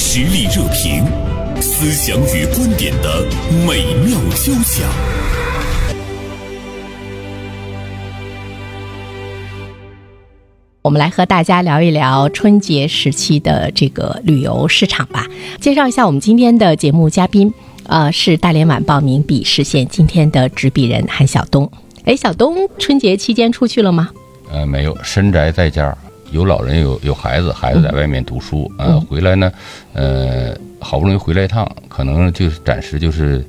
实力热评，思想与观点的美妙交响。我们来和大家聊一聊春节时期的这个旅游市场吧。介绍一下我们今天的节目嘉宾，呃，是大连晚报名笔视线今天的执笔人韩晓东。哎，晓东，春节期间出去了吗？呃，没有，深宅在家，有老人，有有孩子，孩子在外面读书，呃，回来呢，呃，好不容易回来一趟，可能就是暂时就是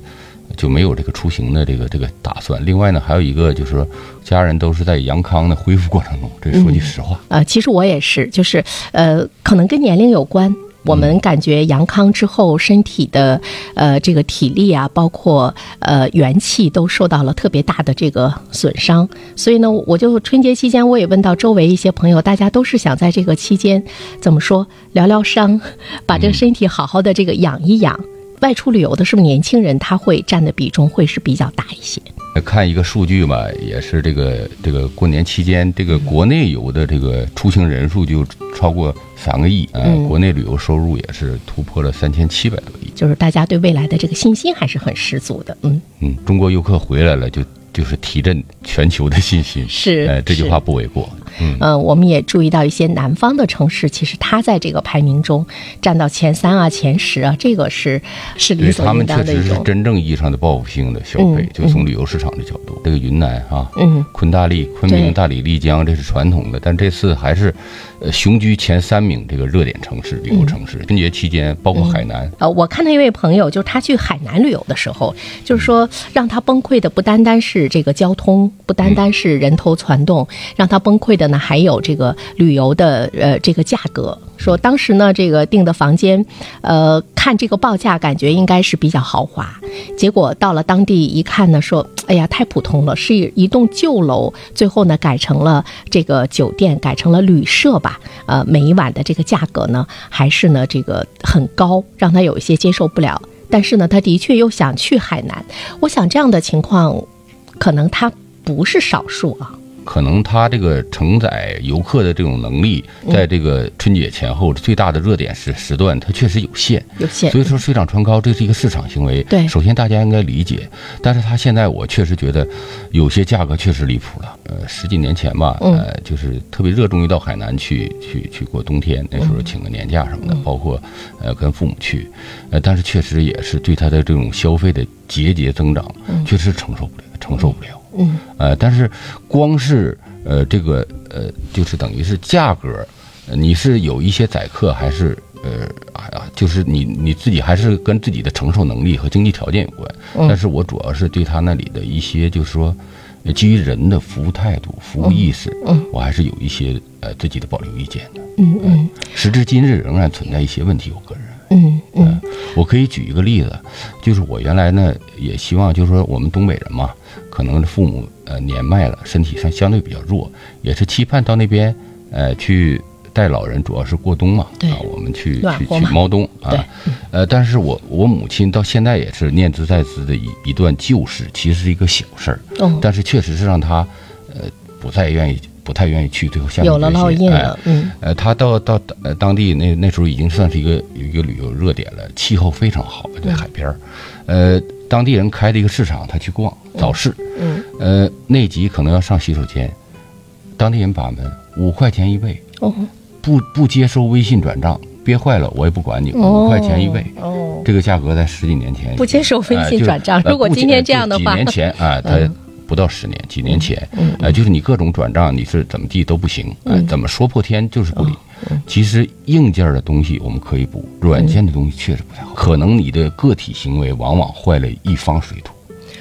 就没有这个出行的这个这个打算。另外呢，还有一个就是说，家人都是在阳康的恢复过程中，这说句实话，呃，其实我也是，就是呃，可能跟年龄有关。我们感觉阳康之后，身体的呃这个体力啊，包括呃元气都受到了特别大的这个损伤。所以呢，我就春节期间我也问到周围一些朋友，大家都是想在这个期间怎么说疗疗伤，把这个身体好好的这个养一养。外出旅游的是不是年轻人他会占的比重会是比较大一些？看一个数据吧，也是这个这个过年期间，这个国内游的这个出行人数就超过三个亿，呃、嗯国内旅游收入也是突破了三千七百多亿。就是大家对未来的这个信心还是很十足的。嗯，嗯，中国游客回来了就就是提振全球的信心，是呃，这句是话不为过。嗯，呃，我们也注意到一些南方的城市，其实它在这个排名中占到前三啊、前十啊，这个是是理对所他应们当确的一实是种。真正意义上的报复性的消费，嗯就从旅游市场的角度，这个云南啊，嗯，昆大丽、昆对明、大理、丽江，这是传统的，但这次还是，呃，雄居前三名这个热点城市、旅游城嗯市。春节期间，包括海南，呃，我看到一位朋友，就是他去海南旅游的时候，就是说让他崩溃的不单单是这个交通，不单单是人头攒动，让他崩溃的呢还有这个旅游的呃这个价格。说当时呢这个订的房间，呃看这个报价感觉应该是比较豪华，结果到了当地一看呢，说哎呀太普通了，是一一栋旧楼，最后呢改成了这个酒店，改成了旅社吧。呃，每一晚的这个价格呢，还是呢这个很高，让他有一些接受不了。但是呢，他的确又想去海南。我想这样的情况，可能他不是少数啊。可能它这个承载游客的这种能力，嗯在这个春节前后最大的热点时时段，它确实有限。有些所以说水涨船高，这是一个市场行为。对首先大家应该理解，但是它现在我确实觉得，有些价格确实离谱了。呃，十几年前吧，嗯呃，就是特别热衷于到海南去去去过冬天，那时嗯候请个年假什么的，包括呃跟父母去，呃，但是确实也是对它的这种消费的节节增长，确实承受不了，承受不了。嗯，呃，但是光是呃这个呃，就是等于是价格，呃你是有一些宰客，还是呃啊，就是你你自己还是跟自己的承受能力和经济条件有关。但是我主要是对他那里的一些，就是说。呃基于人的服务态度、服务意识，我还是有一些呃自己的保留意见的。嗯嗯时至今日，仍然存在一些问题，我个人认为。嗯嗯我可以举一个例子，就是我原来呢也希望，就是说我们东北人嘛，可能父母呃年迈了，身体上相对比较弱，也是期盼到那边呃去带老人，主要是过冬嘛，对啊，我们去暖去和去嘛猫冬对啊，呃，但是我我母亲到现在也是念兹在兹的一一段旧事，其实是一个小事儿，嗯，但是确实是让她呃不再愿意不太愿意去，最后下有了烙印了。嗯呃，他到到呃当地那那时候已经算是一个一个旅游热点了，气候非常好，在海边儿，呃，当地人开的一个市场，他去逛早市，嗯，呃，内急可能要上洗手间，当地人把门五块钱一位，哦不不接收微信转账，憋坏了我也不管你，哦五块钱一位。哦，这个价格在十几年前不接受微信转账哎就是如果呃不今天这样的话嗯就几年前 啊，它不到十年，几年前，哎，就是你各种转账你是怎么地都不行，嗯哎，怎么说破天就是不理。其实硬件的东西我们可以补，软件的东西确实不太好。可能你的个体行为往往坏了一方水土。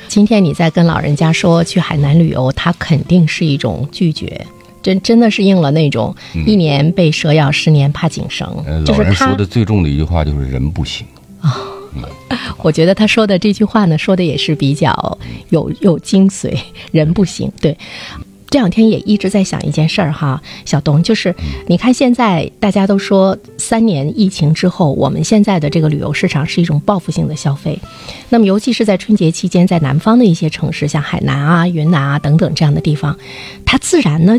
今天你在跟老人家说去海南旅游，他肯定是一种拒绝。真真的是应了那种“一年被蛇咬，十年怕井绳”，嗯呃，就老是人他说的最重的一句话就是人不行。我觉得他说的这句话呢，说的也是比较有有精髓，人不行。对，这两天也一直在想一件事儿哈，小东，就是你看现在大家都说三年疫情之后，我们现在的这个旅游市场是一种报复性的消费，那么尤其是在春节期间，在南方的一些城市，像海南啊、云南啊等等这样的地方，它自然呢。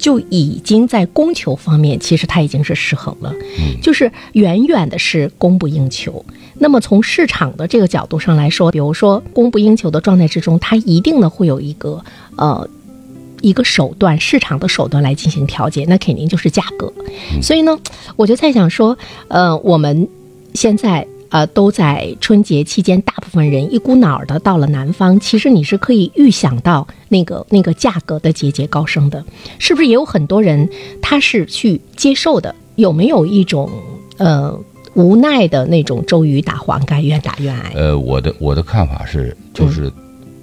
就已经在供求方面，其实它已经是失衡了，就是远远的是供不应求。那么从市场的这个角度上来说，比如说供不应求的状态之中，它一定呢会有一个呃一个手段，市场的手段来进行调节，那肯定就是价格。嗯所以呢，我就在想说，呃，我们现在。呃，都在春节期间，大部分人一股脑儿的到了南方。其实你是可以预想到那个那个价格的节节高升的，是不是？也有很多人他是去接受的，有没有一种呃无奈的那种周瑜打黄盖，愿打愿挨？呃，我的我的看法是，嗯就是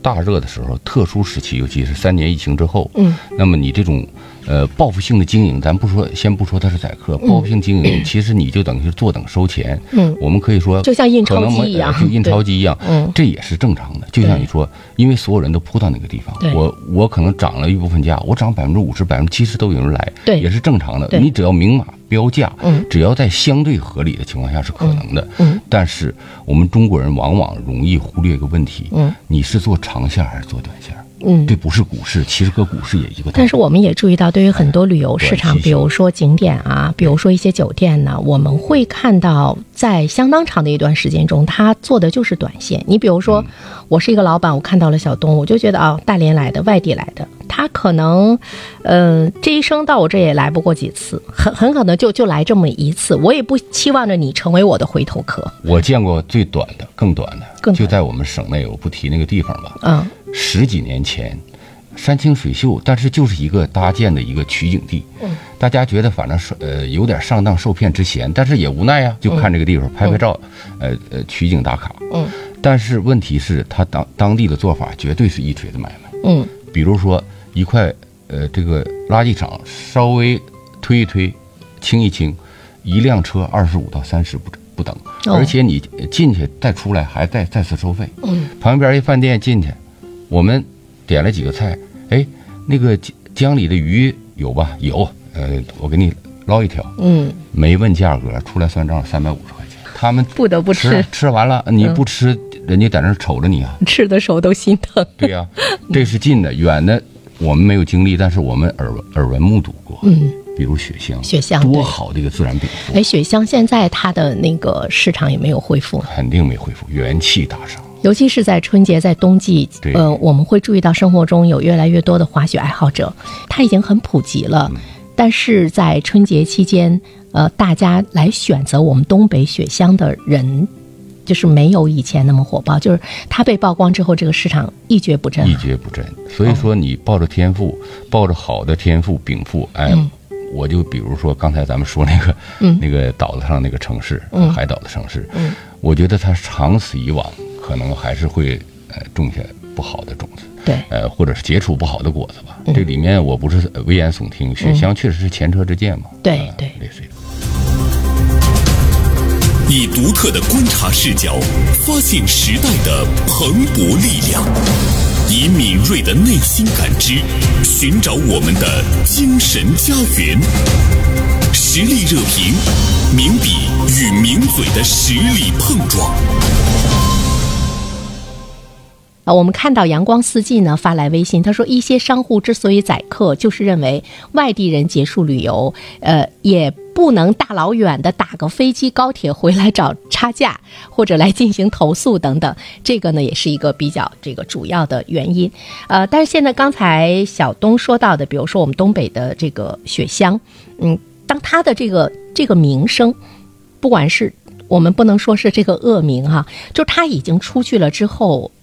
大热的时候，特殊时期，尤其是三年疫情之后，嗯，那么你这种呃报复性的经营，咱不说，先不说它是宰客，报复性经营，其实你就等于是坐等收钱，嗯，我们可以说就像印可钞能机没一呃样就印对钞机一样，嗯这也是正常的。就像你说，因为所有人都扑到那个地方对，我我可能涨了一部分价，我涨百分之五十、百分之七十都有人来，对也是正常的。对你只要明码标价，嗯只要在相对合理的情况下是可能的。嗯嗯但是我们中国人往往容易忽略一个问题，嗯你是做长线还是做短线？嗯这不是股市，其实跟股市也一个道理。但是我们也注意到，对于很多旅游市场，短期性比如说景点啊，比如说一些酒店呢，我们会看到在相当长的一段时间中，他做的就是短线。你比如说，嗯我是一个老板，我看到了小东，我就觉得啊、大连来的，外地来的，他可能，呃，这一生到我这也来不过几次，很很可能就就来这么一次。我也不期望着你成为我的回头客，我见过最短的，更短的，更短就在我们省内，我不提那个地方吧。嗯，十几年前，山清水秀，但是就是一个搭建的一个取景地。嗯，大家觉得反正是呃有点上当受骗之嫌，但是也无奈呀，就看这个地方拍拍照，呃呃取景打卡。嗯，但是问题是，他当当地的做法绝对是一锤子买卖。嗯比如说一块呃这个垃圾场稍微推一推，清一清，一辆车二十五到三十不不等，哦而且你进去再出来还再再次收费。嗯，旁边一饭店进去，我们点了几个菜，哎，那个江江里的鱼有吧？有，呃，我给你捞一条，嗯，没问价格，出来算账三百五十块钱。他们不得不吃吃，吃完了，你不吃，人家在那儿瞅着你啊。 吃的时候都心疼。 对呀、这是近的，远的我们没有经历，但是我们耳闻耳闻目睹过。嗯，比如雪乡，雪乡对多好的一个自然禀赋，哎，雪乡现在它的那个市场也没有恢复。肯定没恢复，元气大伤。尤其是在春节、在冬季，对呃，我们会注意到生活中有越来越多的滑雪爱好者，它已经很普及了。嗯但是在春节期间，呃，大家来选择我们东北雪乡的人，就是没有以前那么火爆。就是它被曝光之后，这个市场一蹶不振一了。蹶不振。所以说，你抱着天赋，抱着好的天赋禀赋，哎，嗯我就比如说刚才咱们说那个、那个岛子上那个城市，嗯海岛的城市，我觉得它长此以往，可能还是会呃种下不好的种子。对，呃，或者是结出不好的果子吧。嗯这里面我不是呃危言耸听，雪乡确实是前车之鉴嘛。对呃对类似于以独特的观察视角，发现时代的蓬勃力量，以敏锐的内心感知，寻找我们的精神家园。实力热评，名笔与名嘴的实力碰撞。啊，我们看到阳光四季呢发来微信，他说一些商户之所以宰客，就是认为外地人结束旅游，呃，也不能大老远的打个飞机、高铁回来找差价，或者来进行投诉等等。这个呢，也是一个比较这个主要的原因。呃，但是现在刚才小东说到的，比如说我们东北的这个雪乡，嗯，当它的这个这个名声，不管是我们不能说是这个恶名哈、就它已经出去了之后。嗯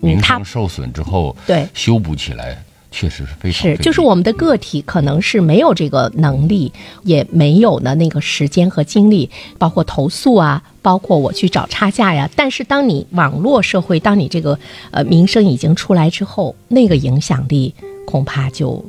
名它声受损之后，对修补起来确实是非常是，费就是力我们的个体可能是没有这个能力，也没有呢那个时间和精力，包括投诉啊，包括我去找差价呀。但是当你网络社会，当你这个呃名声已经出来之后，那个影响力恐怕就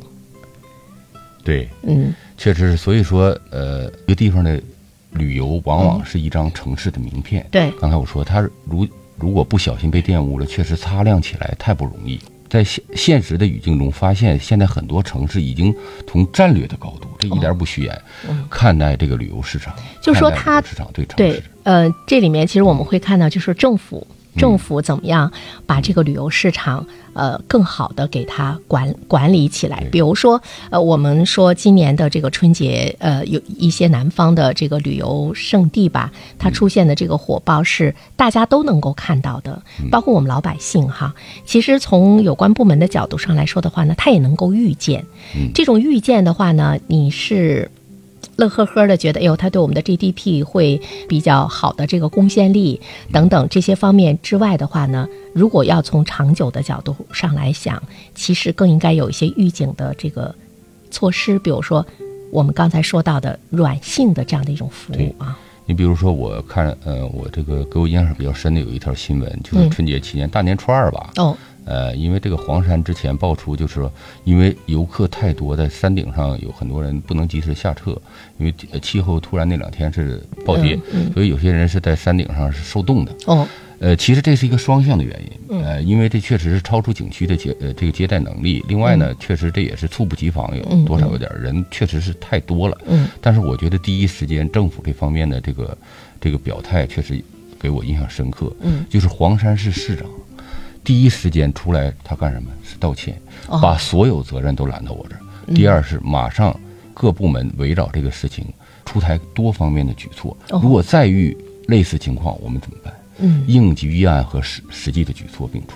对，嗯确实是。所以说，呃，一个地方的旅游往嗯往是一张城市的名片。对刚才我说，它如如果不小心被玷污了，确实擦亮起来太不容易。在现现实的语境中，发现现在很多城市已经从战略的高度，这一点不虚言，看待这个旅游市场，嗯就说它看待旅游市场对城市嗯对，呃，这里面其实我们会看到，就是政府政府怎么样把这个旅游市场呃更好的给它管管理起来。比如说，呃，我们说今年的这个春节，呃，有一些南方的这个旅游胜地吧，嗯它出现的这个火爆是大家都能够看到的，嗯包括我们老百姓哈。其实从有关部门的角度上来说的话呢，它也能够预见。嗯这种预见的话呢，你是乐呵呵的觉得，哎呦，它对我们的 GDP 会比较好的这个贡献力等等这些方面之外的话呢，如果要从长久的角度上来想，其实更应该有一些预警的这个措施，比如说我们刚才说到的软性的这样的一种服务啊，你比如说，我看，呃，我这个给我印象比较深的有一条新闻，就是嗯春节期间、大年初二吧，哦，呃，因为这个黄山之前爆出，就是说因为游客太多，在山顶上有很多人不能及时下撤，因为呃气候突然那两天是暴跌，所以有些人是在山顶上是受冻的。哦，呃，其实这是一个双向的原嗯因，呃，因为这确实是超出景区的接呃这个接待能力。另外嗯呢，确实这也是猝不及防，有多少有点儿人确实是太多了。嗯，但是我觉得第一时间政府这方面的这个这个表态确实给我印象深刻。嗯，就是黄山市市长第一时间出来，他干什么？是道歉，哦嗯把所有责任都揽到我这儿。第二是马上各部门围绕这个事情出台多方面的举措。哦如果再遇类似情况，我们怎么办？嗯，应急预案和实实际的举措并出。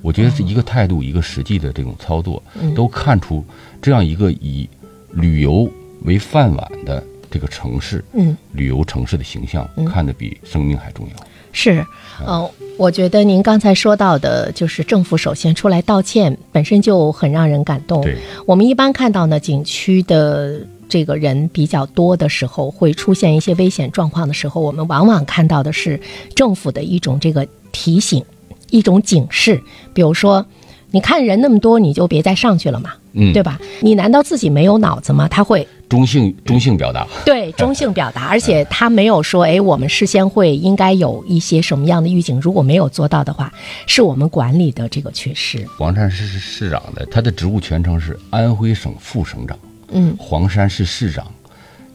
我觉得是一个态度，一个实际的这种操作，都看出这样一个以旅游为饭碗的这个城市，嗯，旅游城市的形象看得比生命还重要。是，呃，我觉得您刚才说到的，就是政府首先出来道歉，本身就很让人感动。对我们一般看到呢，景区的。这个人比较多的时候，会出现一些危险状况的时候，我们往往看到的是政府的一种这个提醒，一种警示。比如说，你看人那么多，你就别再上去了嘛，嗯对吧？你难道自己没有脑子吗？他会中性中性表达，对，中性表达，而且他没有说，哎，我们事先会应该有一些什么样的预警，如果没有做到的话，是我们管理的这个缺失。黄山市市长的他的职务全称是安徽省副省长，嗯，黄山市市长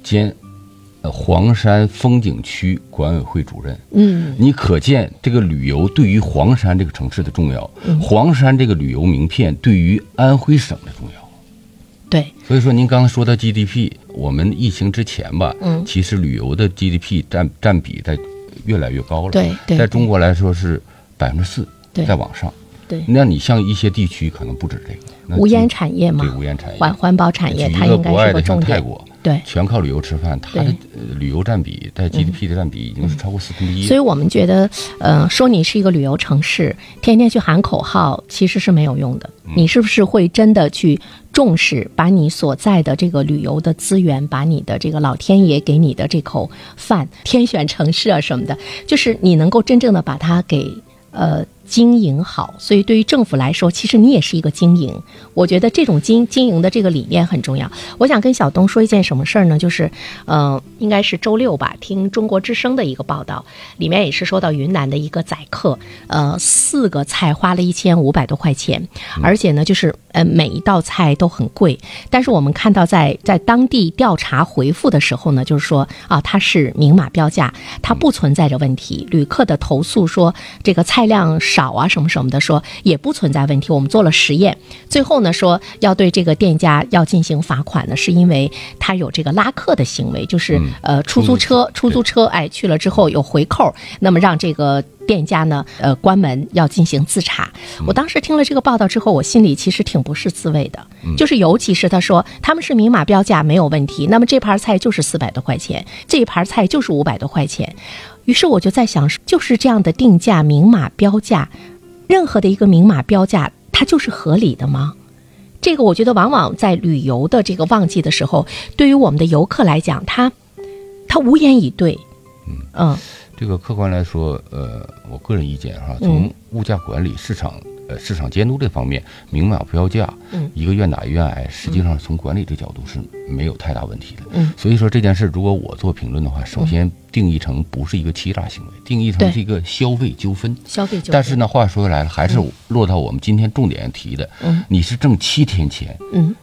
兼呃黄山风景区管委会主任。嗯，你可见这个旅游对于黄山这个城市的重要，嗯黄山这个旅游名片对于安徽省的重要。对，所以说，您刚才说到 GDP，我们疫情之前吧，嗯，其实旅游的 GDP 占占比在越来越高了，对对在中国来说是百分之四，对再往上。对那你像一些地区可能不止这个，那无烟就产业嘛对，无烟产业，环环保产业，举它一个应该国外是个的像重泰点。国，对，全靠旅游吃饭，它的对嗯呃旅游占比在 GDP 的占比已经是超过四分之一了。所以我们觉得，呃，说你是一个旅游城市，天天去喊口号其实是没有用的。嗯你是不是会真的去重视，把你所在的这个旅游的资源，把你的这个老天爷给你的这口饭，天选城市啊什么的，就是你能够真正的把它给呃经营好。所以对于政府来说，其实你也是一个经营。我觉得这种经经营的这个理念很重要。我想跟小东说一件什么事儿呢？就是，呃，应该是周六吧，听中国之声的一个报道，里面也是说到云南的一个宰客，呃，四个菜花了一千五百多块钱，而且呢，就是呃每一道菜都很贵。但是我们看到在在当地调查回复的时候呢，就是说啊，它是明码标价，它不存在着问题。旅客的投诉说这个菜量少啊什么什么的，说也不存在问题。我们做了实验，最后呢说要对这个店家要进行罚款呢，是因为他有这个拉客的行为，就是、呃出租车出租车哎去了之后有回扣，那么让这个。店家呢，呃，关门要进行自查。我当时听了这个报道之后，我心里其实挺不是滋味的，就是尤其是他说他们是明码标价没有问题，那么这盘菜就是四百多块钱，这一盘菜就是五百多块钱。于是我就在想，就是这样的定价明码标价，任何的一个明码标价，它就是合理的吗？这个我觉得往往在旅游的这个旺季的时候，对于我们的游客来讲，他他无言以对。嗯这个客观来说，呃，我个人意见哈，从物价管理、市场呃市场监督这方面，明码标价，嗯一个愿打一个愿挨，实际上从管理这角度是没有太大问题的。嗯所以说这件事，如果我做评论的话，首先定义成不是一个欺诈行为，定义成对是一个消费纠纷。消费纠但是呢，话说回来了，还是落到我们今天重点提的，嗯你是挣七天钱嗯，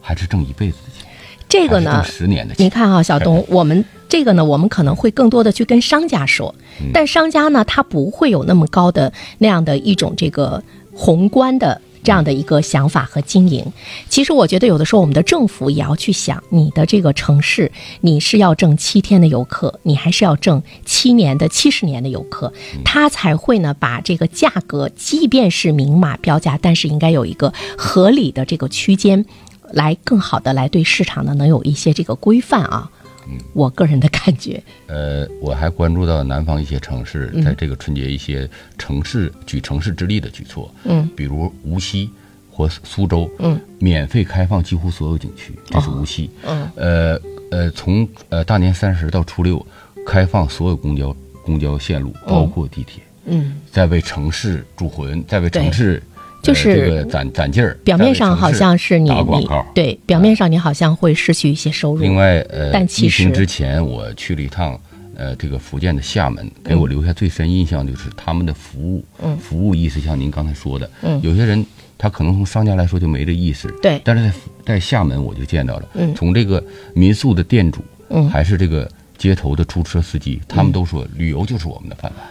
还是挣一辈子的钱？这个呢还是哎定十年的期您看啊，小东，我们这个呢，我们可能会更多的去跟商家说，嗯但商家呢，他不会有那么高的那样的一种这个宏观的。这样的一个想法和经营，其实我觉得有的时候我们的政府也要去想，你的这个城市，你是要挣七天的游客，你还是要挣七年的、七十年的游客，嗯他才会呢把这个价格，即便是明码标价，但是应该有一个合理的这个区间，来更好的来对市场呢能有一些这个规范啊。嗯我个人的感觉，呃，我还关注到南方一些城市嗯在这个春节一些城市举城市之力的举措，嗯，比如无锡或苏州，嗯，免费开放几乎所有景区，这是无锡，嗯，呃呃，从呃大年三十到初六，开放所有公交公交线路，包括地铁，嗯，在为城市铸魂，在为城对市。就呃是这个攒攒劲儿，表面在为上城好市像是你打广你告，对，表面上你好像会失去一些收另入，外，呃，但其疫情实之前我去了一趟，呃，这个福建的厦门，给我留下最深印象就是他们的服务，嗯，服务意识像您刚才说的，嗯有些人他可能从商家来说就没这意识，对但是在福在厦门我就见到了，嗯从这个民宿的店主，嗯还是这个街头的出租车司机，他们都说旅游就是我们的饭碗。